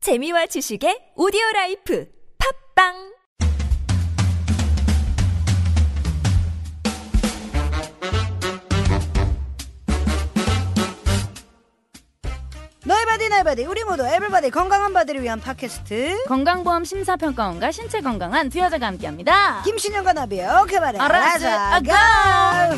재미와 지식의 오디오 라이프 팝빵 너의 바디 나의 바디 우리 모두 에블바디 건강한 바디를 위한 팟캐스트 건강보험 심사평가원과 신체 건강한 두 여자가 함께합니다. 김신영과 나비의 오케이 바디 알아서 가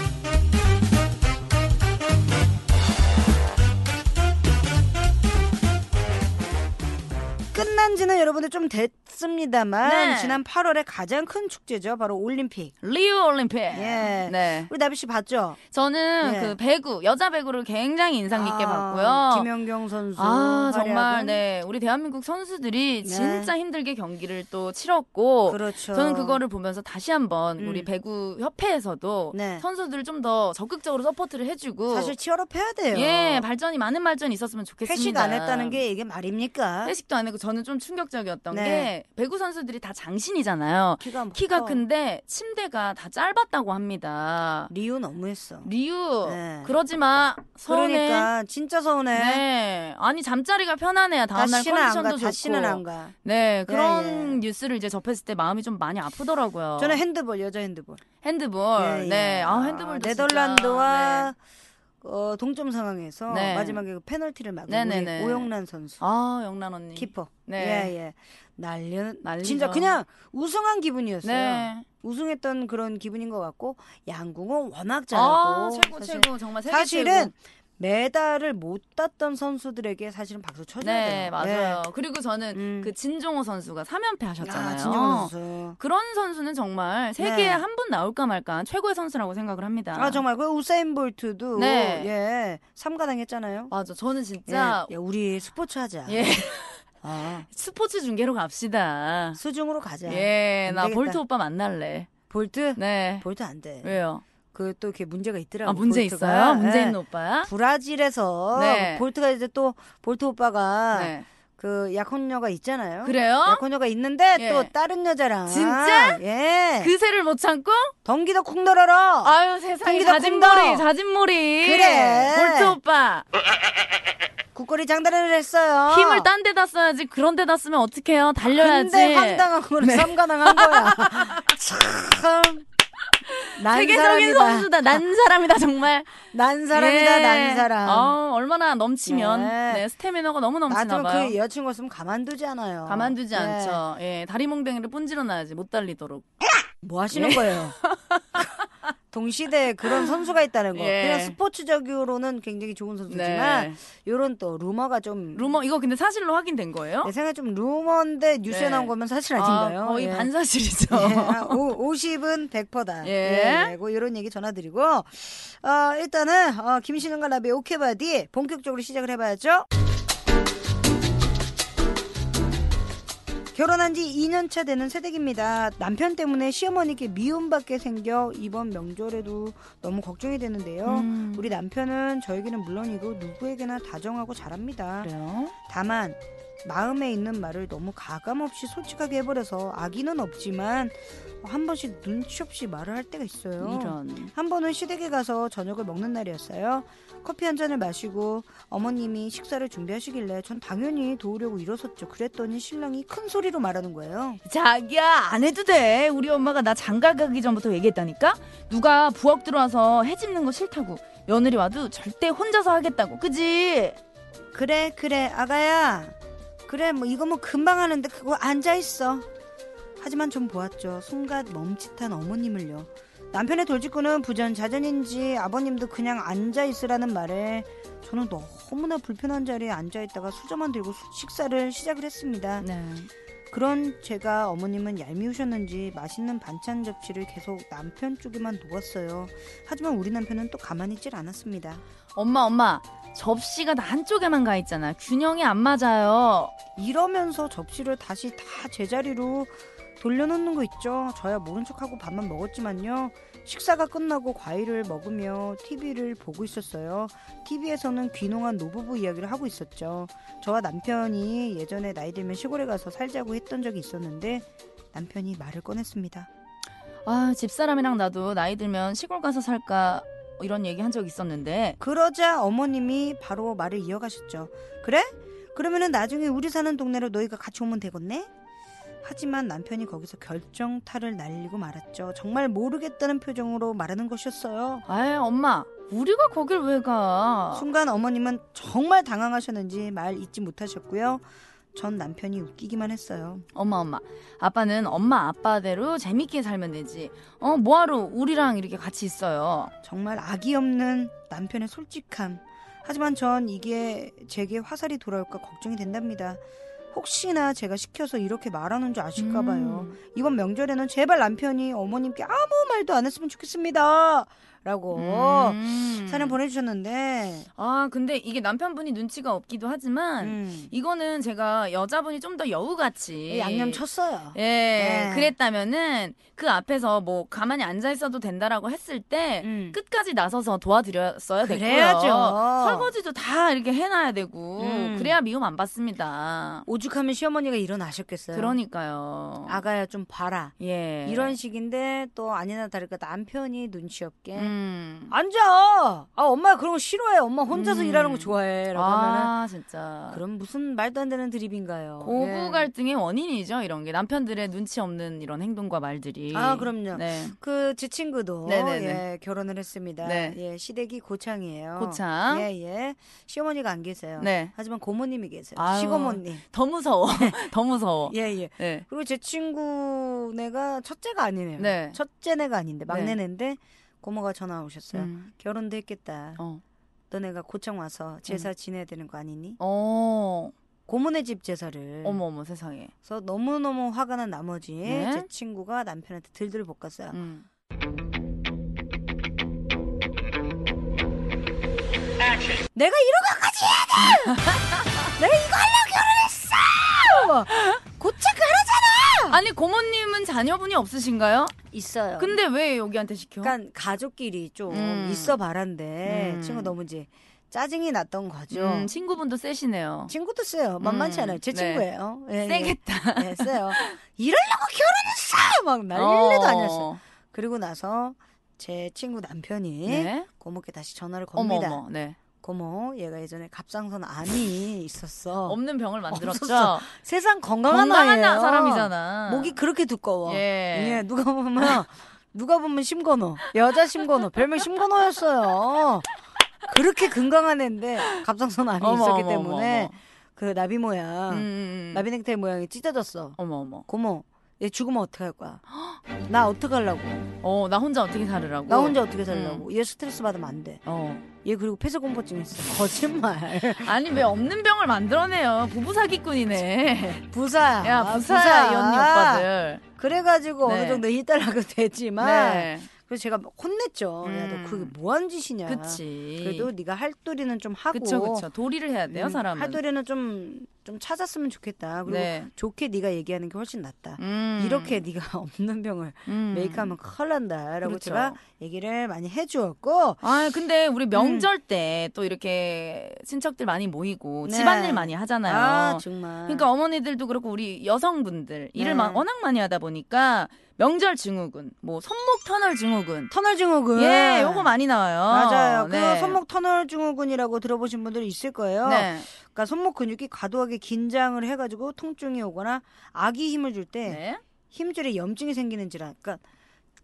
끝난 지는 여러분들 좀 됐습니다만 네. 지난 8월에 가장 큰 축제죠 바로 올림픽 리우 올림픽. 예. 네. 우리 나비 씨 봤죠? 저는 네. 그 배구 여자 배구를 굉장히 인상 깊게 아, 봤고요. 김연경 선수 아 정말 활약은 네 우리 대한민국 선수들이 네. 진짜 힘들게 경기를 또 치렀고 그렇죠. 저는 그거를 보면서 다시 한번 우리 음. 배구 협회에서도 네. 선수들을 좀 더 적극적으로 서포트를 해주고 사실 치열업 해야 돼요. 예 발전이 많은 발전이 있었으면 좋겠습니다. 회식 안 했다는 게 이게 말입니까? 회식도 안 했고 저는 좀 충격적이었던 네. 게 배구 선수들이 다 장신이잖아요. 키가 뭐 키가 커. 큰데 침대가 다 짧았다고 합니다. 리우 너무했어. 리우 네. 그러지 마. 서운해. 그러니까 진짜 서운해. 네. 아니 잠자리가 편안해야 다음 날 다시는 안 가. 컨디션도 다시는 좋고. 안 가. 네 그런 예, 예. 뉴스를 이제 접했을 때 마음이 좀 많이 아프더라고요. 저는 핸드볼 여자 핸드볼. 핸드볼. 예, 예. 어. 네. 아 핸드볼도 네덜란드와 진짜, 네. 어, 동점 상황에서 네. 마지막에 그 페널티를 막은 네네네. 우리 오영란 선수 아 영란 언니. 키퍼. 네. 예, 예. 난리 난리죠. 진짜 그냥 우승한 기분이었어요. 네. 우승했던 그런 기분인 것 같고 양궁은 워낙 잘하고 아 최고 사실 최고 정말 세계 최고. 사실은 메달을 못 땄던 선수들에게 사실은 박수 쳐줘야 돼요. 네, 예. 맞아요. 그리고 저는 음. 그 진종호 선수가 3연패 하셨잖아요. 아, 진정한 어. 선수. 그런 선수는 네. 정말 세계에 한 분 나올까 말까 한 최고의 선수라고 생각을 합니다. 아 정말 그 우사인 볼트도 네. 예 삼가당 했잖아요. 맞아. 저는 진짜 예, 야, 우리 스포츠 하자. 예, 아, 스포츠 중계로 갑시다. 수중으로 가자. 예, 네. 안 나 되겠다. 볼트 오빠 만날래. 볼트 네. 볼트 안 돼. 왜요? 그 또 이렇게 문제가 있더라고. 아, 문제 볼트가. 있어요? 문제 예. 있는 오빠야? 브라질에서 네. 볼트가 이제 또 볼트 오빠가 네. 그 약혼녀가 있잖아요. 그래요? 약혼녀가 있는데 예. 또 다른 여자랑 진짜? 예. 그새를 못 참고? 덩기도 쿵 널어라. 아유, 세상에. 콩기다, 콩다. 자진몰이, 자진몰이. 그래. 볼트 오빠. 국거리 장단을 했어요. 힘을 딴 데다 써야지. 그런 데다 쓰면 어떡해요? 달려야지. 근데 네. 황당한 거는 삼가당한 거야. 참. 난 세계적인 사람이다. 선수다. 난 사람이다, 정말. 난 사람이다, 예. 난 사람. 어, 얼마나 넘치면 네. 네. 스태미너가 너무 넘치나 나도 봐요. 그 여자친구 없으면 가만두지 않아요. 가만두지 예. 않죠. 예, 다리 몽댕이를 뿐질러 놔야지 못 달리도록. 뭐 하시는 거예요? 동시대에 그런 선수가 있다는 거. 예. 네. 그냥 스포츠적으로는 굉장히 좋은 선수지만, 요런 또 루머가 좀. 루머 이거 근데 사실로 확인된 거예요? 내 생각에 좀 루머인데 뉴스에 네. 나온 거면 네, 사실 아닌가요? 아, 거의 예. 반사실이죠. 예, 아, 오, 50은 100%다. 예. 예. 고 이런 얘기 전화드리고, 어, 일단은, 어, 김신영과 라비 오케바디 본격적으로 시작을 해봐야죠. 결혼한 지 2년 차 되는 새댁입니다. 남편 때문에 시어머니께 미움받게 생겨 이번 명절에도 너무 걱정이 되는데요. 음. 우리 남편은 저에게는 물론이고 누구에게나 다정하고 잘합니다. 그래요? 다만 마음에 있는 말을 너무 가감없이 솔직하게 해버려서 악의는 없지만 어, 한 번씩 눈치 없이 말을 할 때가 있어요. 이런. 한 번은 시댁에 가서 저녁을 먹는 날이었어요. 커피 한 잔을 마시고 어머님이 식사를 준비하시길래 전 당연히 도우려고 일어섰죠. 그랬더니 신랑이 큰 소리로 말하는 거예요. 자기야 안 해도 돼. 우리 엄마가 나 장가 가기 전부터 얘기했다니까. 누가 부엌 들어와서 해집는 거 싫다고. 며느리 와도 절대 혼자서 하겠다고. 그지? 그래 그래 아가야 그래 뭐 이거 뭐 금방 하는데 그거 앉아있어 하지만 좀 보았죠 순간 멈칫한 어머님을요 남편의 돌직구는 부전 자전인지 아버님도 그냥 앉아있으라는 말에 저는 너무나 불편한 자리에 앉아있다가 수저만 들고 수- 식사를 시작을 했습니다 네. 그런 제가 어머님은 얄미우셨는지 맛있는 반찬 접시를 계속 남편 쪽에만 놓았어요 하지만 우리 남편은 또 가만히 있질 않았습니다 엄마 엄마 접시가 다 한쪽에만 가 있잖아 균형이 안 맞아요 이러면서 접시를 다시 다 제자리로 돌려놓는 거 있죠. 저야 모른 척하고 밥만 먹었지만요. 식사가 끝나고 과일을 먹으며 TV를 보고 있었어요. TV에서는 귀농한 노부부 이야기를 하고 있었죠. 저와 남편이 예전에 나이 들면 시골에 가서 살자고 했던 적이 있었는데 남편이 말을 꺼냈습니다. 아 집사람이랑 나도 나이 들면 시골 가서 살까 이런 얘기 한 적 있었는데 그러자 어머님이 바로 말을 이어가셨죠. 그래? 그러면은 나중에 우리 사는 동네로 너희가 같이 오면 되겠네? 하지만 남편이 거기서 결정타를 날리고 말았죠. 정말 모르겠다는 표정으로 말하는 것이었어요. 아이 엄마 우리가 거길 왜 가? 순간 어머님은 정말 당황하셨는지 말 잊지 못하셨고요. 전 남편이 웃기기만 했어요. 엄마 엄마 아빠는 엄마 아빠대로 재밌게 살면 되지 어 뭐하러 우리랑 이렇게 같이 있어요 정말 악이 없는 남편의 솔직함. 하지만 전 이게 제게 화살이 돌아올까 걱정이 된답니다. 혹시나 제가 시켜서 이렇게 말하는 줄 아실까봐요. 음. 이번 명절에는 제발 남편이 어머님께 아무 말도 안 했으면 좋겠습니다. 라고 음. 어, 사연 보내주셨는데. 아 근데 이게 남편분이 눈치가 없기도 하지만 음. 이거는 제가 여자분이 좀 더 여우같이 양념 쳤어요. 예, 네. 그랬다면은 그 앞에서 뭐 가만히 앉아 있어도 된다라고 했을 때 음. 끝까지 나서서 도와드렸어야 됐고요. 그래야죠. 설거지도 다 이렇게 해놔야 되고 음. 그래야 미움 안 받습니다. 오죽하면 시어머니가 일어나셨겠어요. 그러니까요. 아가야 좀 봐라. 그러니까. 예. 이런 식인데 또 아니나 다를까 남편이 눈치 없게 음. 앉아. 아 엄마 그런 거 싫어해. 엄마 혼자서 음. 일하는 거 좋아해라고 하면은 아, 진짜. 그럼 무슨 말도 안 되는 드립인가요? 고부 예. 갈등의 원인이죠, 이런 게. 남편들의 눈치 없는 이런 행동과 말들이. 아, 그럼요. 네. 그 제 친구도 네네네. 예, 결혼을 했습니다. 네. 예, 시댁이 고창이에요. 고창. 예, 예. 시어머니가 안 계세요. 아? 네. 하지만 고모님이 계세요. 아유. 시고모님. 더 무서워. 더 무서워. 예, 예. 네. 그리고 제 친구네가 첫째가 아니네요. 네. 첫째네가 아닌데 네. 막내네인데 고모가 전화 오셨어요. 음. 결혼도 했겠다. 어. 음. 너네가 고창 와서 제사 지내야 되는 거 아니니? 어. 고모네 집 제사를. 어머 어머 세상에. 그래서 너무너무 화가 난 나머지 네. 제 친구가 남편한테 들들 볶았어요. 음. 내가 이런 것까지 해야 돼! 내가 이거 하려고 결혼했어! 고창 가라잖아! 아니 고모님은 자녀분이 없으신가요? 있어요. 근데 왜 여기한테 시켜? 약간 가족끼리 좀 음. 있어 바란데 음. 친구 너무 이제 짜증이 났던 거죠. 음, 친구분도 세시네요. 친구도 세요. 만만치 음. 않아요. 제 네. 친구예요. 예, 세겠다. 예, 예, 세요. 이러려고 결혼했어! 막 난리도 어. 아니었어요. 그리고 나서 제 친구 남편이 네. 고모께 다시 전화를 어머 예? 겁니다. 어머. 네. 고모, 얘가 예전에 갑상선 암이 있었어. 없는 병을 만들었죠. 없었어. 세상 건강한, 건강한 아이예요. 사람이잖아. 목이 그렇게 두꺼워. 예. 예, 누가 보면 누가 보면 심건호 여자 심건호 별명 심건호였어요. 그렇게 건강한 애인데 갑상선 암이 어머, 있었기 어머, 때문에 어머, 그 나비 모양 어머. 음, 음. 나비 넥타이 모양이 찢어졌어. 어머 어머. 고모 얘 죽으면 어떻게 할 거야? 나 어떻게 하려고? 어, 나 혼자 어떻게 살으라고? 나 혼자 어떻게 살려고? 얘 스트레스 받으면 안 돼. 어. 얘 그리고 폐쇄공포증 있어. 거짓말. 아니 왜 없는 병을 만들어내요? 부부 사기꾼이네. 아, 부사야. 야 부사야 이 언니 오빠들. 그래가지고 네. 어느 정도 이따라가 되지만 네. 그래서 제가 막 혼냈죠. 야 음. 너 그게 뭐한 짓이냐. 그치. 그래도 네가 할도리는 좀 하고. 그쵸 그쵸. 도리를 해야 돼요 음, 사람은. 할도리는 좀, 좀 찾았으면 좋겠다. 그리고 네. 좋게 네가 얘기하는 게 훨씬 낫다. 음. 이렇게 네가 없는 병을 음. 메이크하면 큰일 난다라고 그렇죠. 제가 얘기를 많이 해주었고 아 근데 음. 우리 명절 때 또 이렇게 친척들 많이 모이고 네. 집안일 많이 하잖아요. 아 정말 그러니까 어머니들도 그렇고 우리 여성분들 일을 네. 막 워낙 많이 하다 보니까 명절 증후군, 뭐 손목 터널 증후군, 터널 증후군 예, 요거 많이 나와요. 네. 맞아요. 네. 그 손목 터널 증후군이라고 들어보신 분들이 있을 거예요. 네. 그러니까 손목 근육이 과도하게 긴장을 해가지고 통증이 오거나 아기 힘을 줄 때 네. 힘줄에 염증이 생기는 질환. 그러니까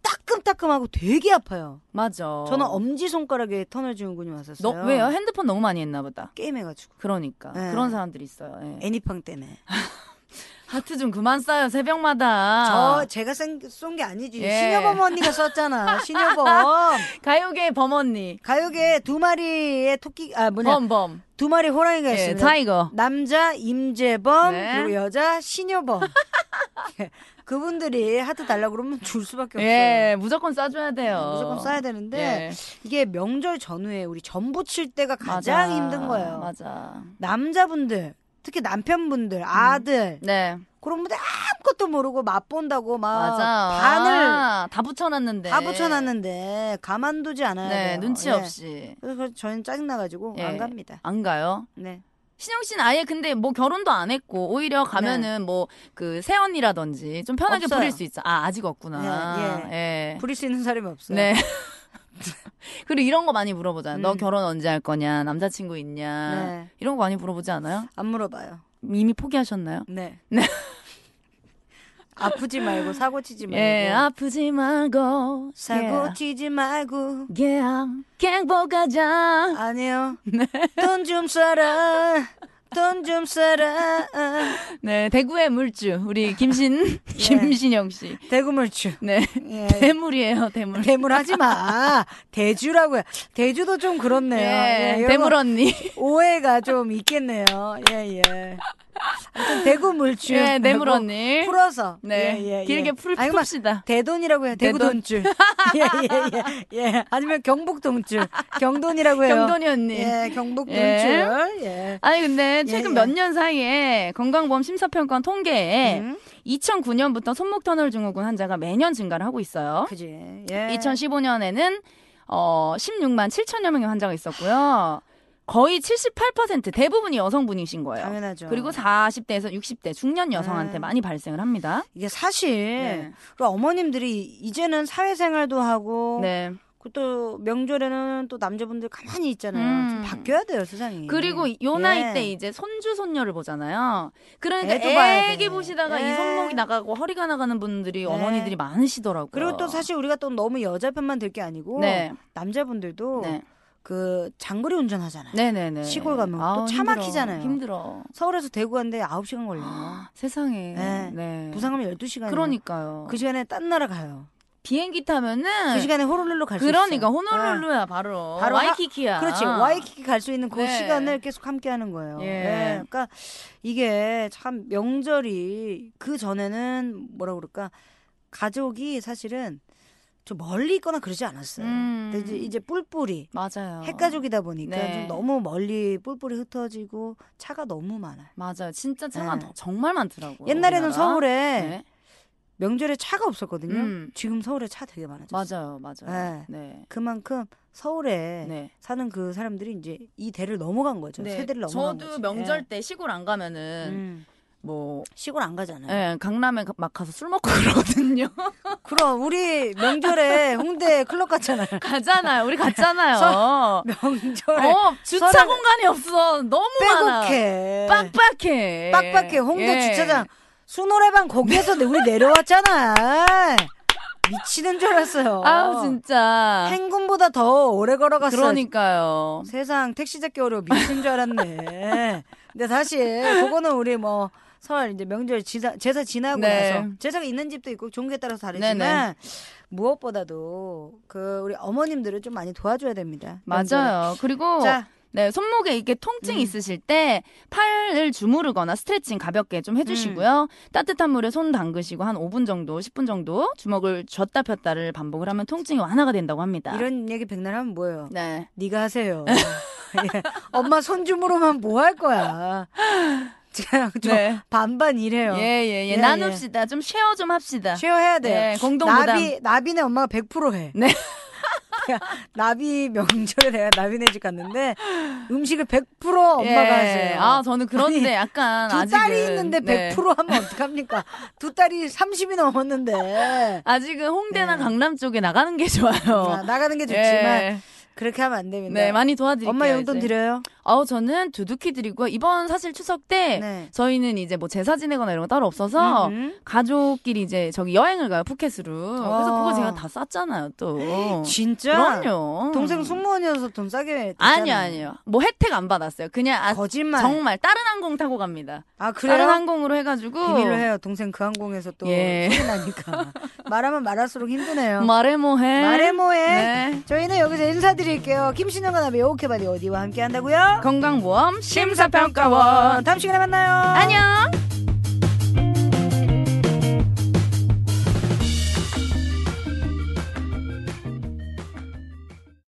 따끔따끔하고 되게 아파요. 맞아. 저는 엄지 손가락에 터널 증후군이 어. 너, 왔었어요. 왜요? 핸드폰 너무 많이 했나 보다. 게임해가지고 그러니까 네. 그런 사람들이 있어요. 예. 애니팡 때문에. 하트 좀 그만 쏴요 새벽마다. 저 제가 쏜 게 아니지. 아. 예. 신여범 언니가 썼잖아. 신여범 가요계 범언니 가요계 두 마리의 토끼 아 뭐냐 네, 범범 두 마리 호랑이가 예, 있습니다. 타이거. 남자 임재범 네. 그리고 여자 신여범. 예. 그분들이 하트 달라고 그러면 줄 수밖에 없어요. 예, 무조건 쏴줘야 돼요. 무조건 써야 되는데 예. 이게 명절 전후에 우리 전부 칠 때가 가장 맞아. 음. 힘든 거예요. 맞아. 남자분들 특히 남편분들 아들 네, 그런 분들 아무것도 모르고 맛본다고 막 맞아. 반을 아, 다 붙여놨는데. 다 붙여놨는데 가만두지 않아야 네, 돼요. 눈치 예. 없이 그래서 저는 짜증 나가지고 예. 안 갑니다. 안 가요. 네. 신영 씨는 아예 근데 뭐 결혼도 안 했고 오히려 가면은 뭐 그 새언니라든지 좀 편하게 네. 없어요. 부릴 수 있어. 아 아직 없구나. 네, 예. 부릴 수 있는 사람이 없어요. 네. 그리고 이런 거 많이 물어보잖아요. 너 음. 결혼 언제 할 거냐? 남자친구 있냐? 네. 이런 거 많이 물어보지 않아요? 안 물어봐요. 이미 포기하셨나요? 네. 네. 아프지 말고 사고 치지 말고. 예, 아프지 예. 말고. 사고 치지 말고. 예, yeah. 행복하자. 아니요. 네. 돈 좀 써라. 돈 좀 써라. 네, 대구의 물주. 우리 김신, 김신영 씨. 대구물주. 네. 예. 대물이에요, 대물. 대물하지 마. 대주라고요. 대주도 좀 그렇네요. 예, 예, 여러분 대물 언니. 오해가 좀 있겠네요. 예, 예. 아무튼 대구 물주. 예, 대물 라고 언니. 풀어서. 네. 예, 예, 예. 길게 풀, 아니, 막 풉시다. 대돈이라고 해요. 대구 대돈. 돈줄. 예, 예, 예, 예. 아니면 경북 돈줄. 경돈이라고 해요. 경돈이 언니. 예, 경북 돈줄. 예. 예. 아니 근데 예, 최근 예. 몇 년 사이에 건강보험 심사평가원 통계에 음, 2009년부터 손목터널 증후군 환자가 매년 증가를 하고 있어요. 그지. 예. 2015년에는 어 16만 7천여 명의 환자가 있었고요. 거의 78% 대부분이 여성분이신 거예요. 당연하죠. 그리고 40대에서 60대 중년 여성한테 음. 많이 발생을 합니다. 이게 사실 네. 그 어머님들이 이제는 사회생활도 하고 네. 그 또 명절에는 또 남자분들 가만히 있잖아요. 좀 음. 바뀌어야 돼요 세상이. 그리고 요 나이 예. 때 이제 손주 손녀를 보잖아요. 그러니까 애도 봐야 돼. 애기 보시다가 예. 이 손목이 나가고 허리가 나가는 분들이 네. 어머니들이 많으시더라고요. 그리고 또 사실 우리가 또 너무 여자 편만 들 게 아니고 네. 남자분들도 네. 그 장거리 운전하잖아요. 네네네. 시골 가면 또 아우, 차 힘들어. 막히잖아요. 힘들어. 서울에서 대구 가는데 9시간 걸려요. 아, 세상에. 네. 네. 부산 가면 12시간. 그러니까요. 그 시간에 딴 나라 가요. 비행기 타면은 그 시간에 호놀룰루 갈 수 있어요. 네. 네. 그러니까 호놀룰루야 바로. 바로 하- 와이키키야. 그렇지. 와이키키 갈 수 있는 그 네. 시간을 계속 함께 하는 거예요. 예. 네, 그러니까 이게 참 명절이 그 전에는 뭐라 그럴까? 가족이 사실은 좀 멀리 있거나 그러지 않았어요. 음. 근데 이제, 이제 뿔뿔이 맞아요. 핵가족이다 보니까 네. 좀 너무 멀리 뿔뿔이 흩어지고 차가 너무 많아요. 맞아요. 진짜 차가 네. 정말 많더라고요. 옛날에는 어, 우리나라. 서울에 네. 명절에 차가 없었거든요. 음. 지금 서울에 차 되게 많아졌어요. 맞아요. 맞아요. 네. 그만큼 서울에 네. 사는 그 사람들이 이제 이 대를 넘어간 거죠. 네. 세대를 넘어간 저도 거죠. 명절 예. 때 시골 안 가면은 음. 네. 뭐 시골 안 가잖아요. 예, 강남에 가- 막 가서 술 먹고 그러거든요. 그럼 우리 명절에 홍대 클럽 갔잖아요. 가잖아요. 우리 갔잖아요. 명절에 어, 주차 서른- 공간이 없어. 너무 많아. 빼곡해. 빡빡해. 빡빡해. 홍대 예. 주차장 수노래방 거기에서 우리 내려왔잖아. 미치는 줄 알았어요. 아우, 진짜. 행군보다 더 오래 걸어갔어요. 그러니까요. 세상 택시 잡기 어려워 미친 줄 알았네. 근데 사실 그거는 우리 뭐 설 이제 명절 지사, 제사 지나고 네. 나서 제사가 있는 집도 있고 종교에 따라서 다르지만 네네. 무엇보다도 그 우리 어머님들을 좀 많이 도와줘야 됩니다. 명절에. 맞아요. 그리고 자, 네, 손목에 이렇게 통증 음. 있으실 때 팔을 주무르거나 스트레칭 가볍게 좀 해주시고요. 음. 따뜻한 물에 손 담그시고 한 5분 정도, 10분 정도 주먹을 쥐었다 폈다를 반복을 하면 통증이 완화가 된다고 합니다. 이런 얘기 백날 하면 뭐예요? 네. 네가 하세요. 예. 엄마 손주무로만 뭐 할 거야. 그냥 좀 네. 반반 일해요. 예, 예, 예. 예, 나눕시다. 좀 쉐어 좀 합시다. 쉐어해야 돼요. 네, 공동 부담. 나비 나비네 엄마가 100% 해. 네. 내가 나비 명절에 내가 나비네 집 갔는데 음식을 100% 엄마가 예. 하세요. 아, 저는 아니, 그런데 약간 두 아직은 딸이 있는데 100% 네. 하면 어떡합니까? 두 딸이 30이 넘었는데 아직은 홍대나 네. 강남 쪽에 나가는 게 좋아요. 자, 나가는 게 좋지만 어. 예. 그렇게 하면 안 됩니다. 네, 많이 도와드릴게요. 엄마 용돈 이제. 드려요? 아우 어, 저는 두둑히 드리고요. 이번 사실 추석 때 네. 저희는 이제 뭐 제사 지내거나 이런 거 따로 없어서 음. 가족끼리 이제 저기 여행을 가요 푸켓으로. 어. 그래서 그거 제가 다 쌌잖아요 또. 진짜? 그럼요. 동생 숙모원이어서 돈 싸게 음. 아니요 요 아니요. 뭐 혜택 안 받았어요. 그냥 아, 거짓말. 정말 다른 항공 타고 갑니다. 아 그래요? 다른 항공으로 해가지고 비밀로 해요. 동생 그 항공에서 또 예. 소리 나니까 말하면 말할수록 힘드네요. 말해 뭐해. 말해 뭐해. 네. 저희는 여기서 인사드릴게요. 김신영과 나비 오케바디 어디와 함께 한다고요? 건강보험 심사평가원. 다음 시간에 만나요. 안녕.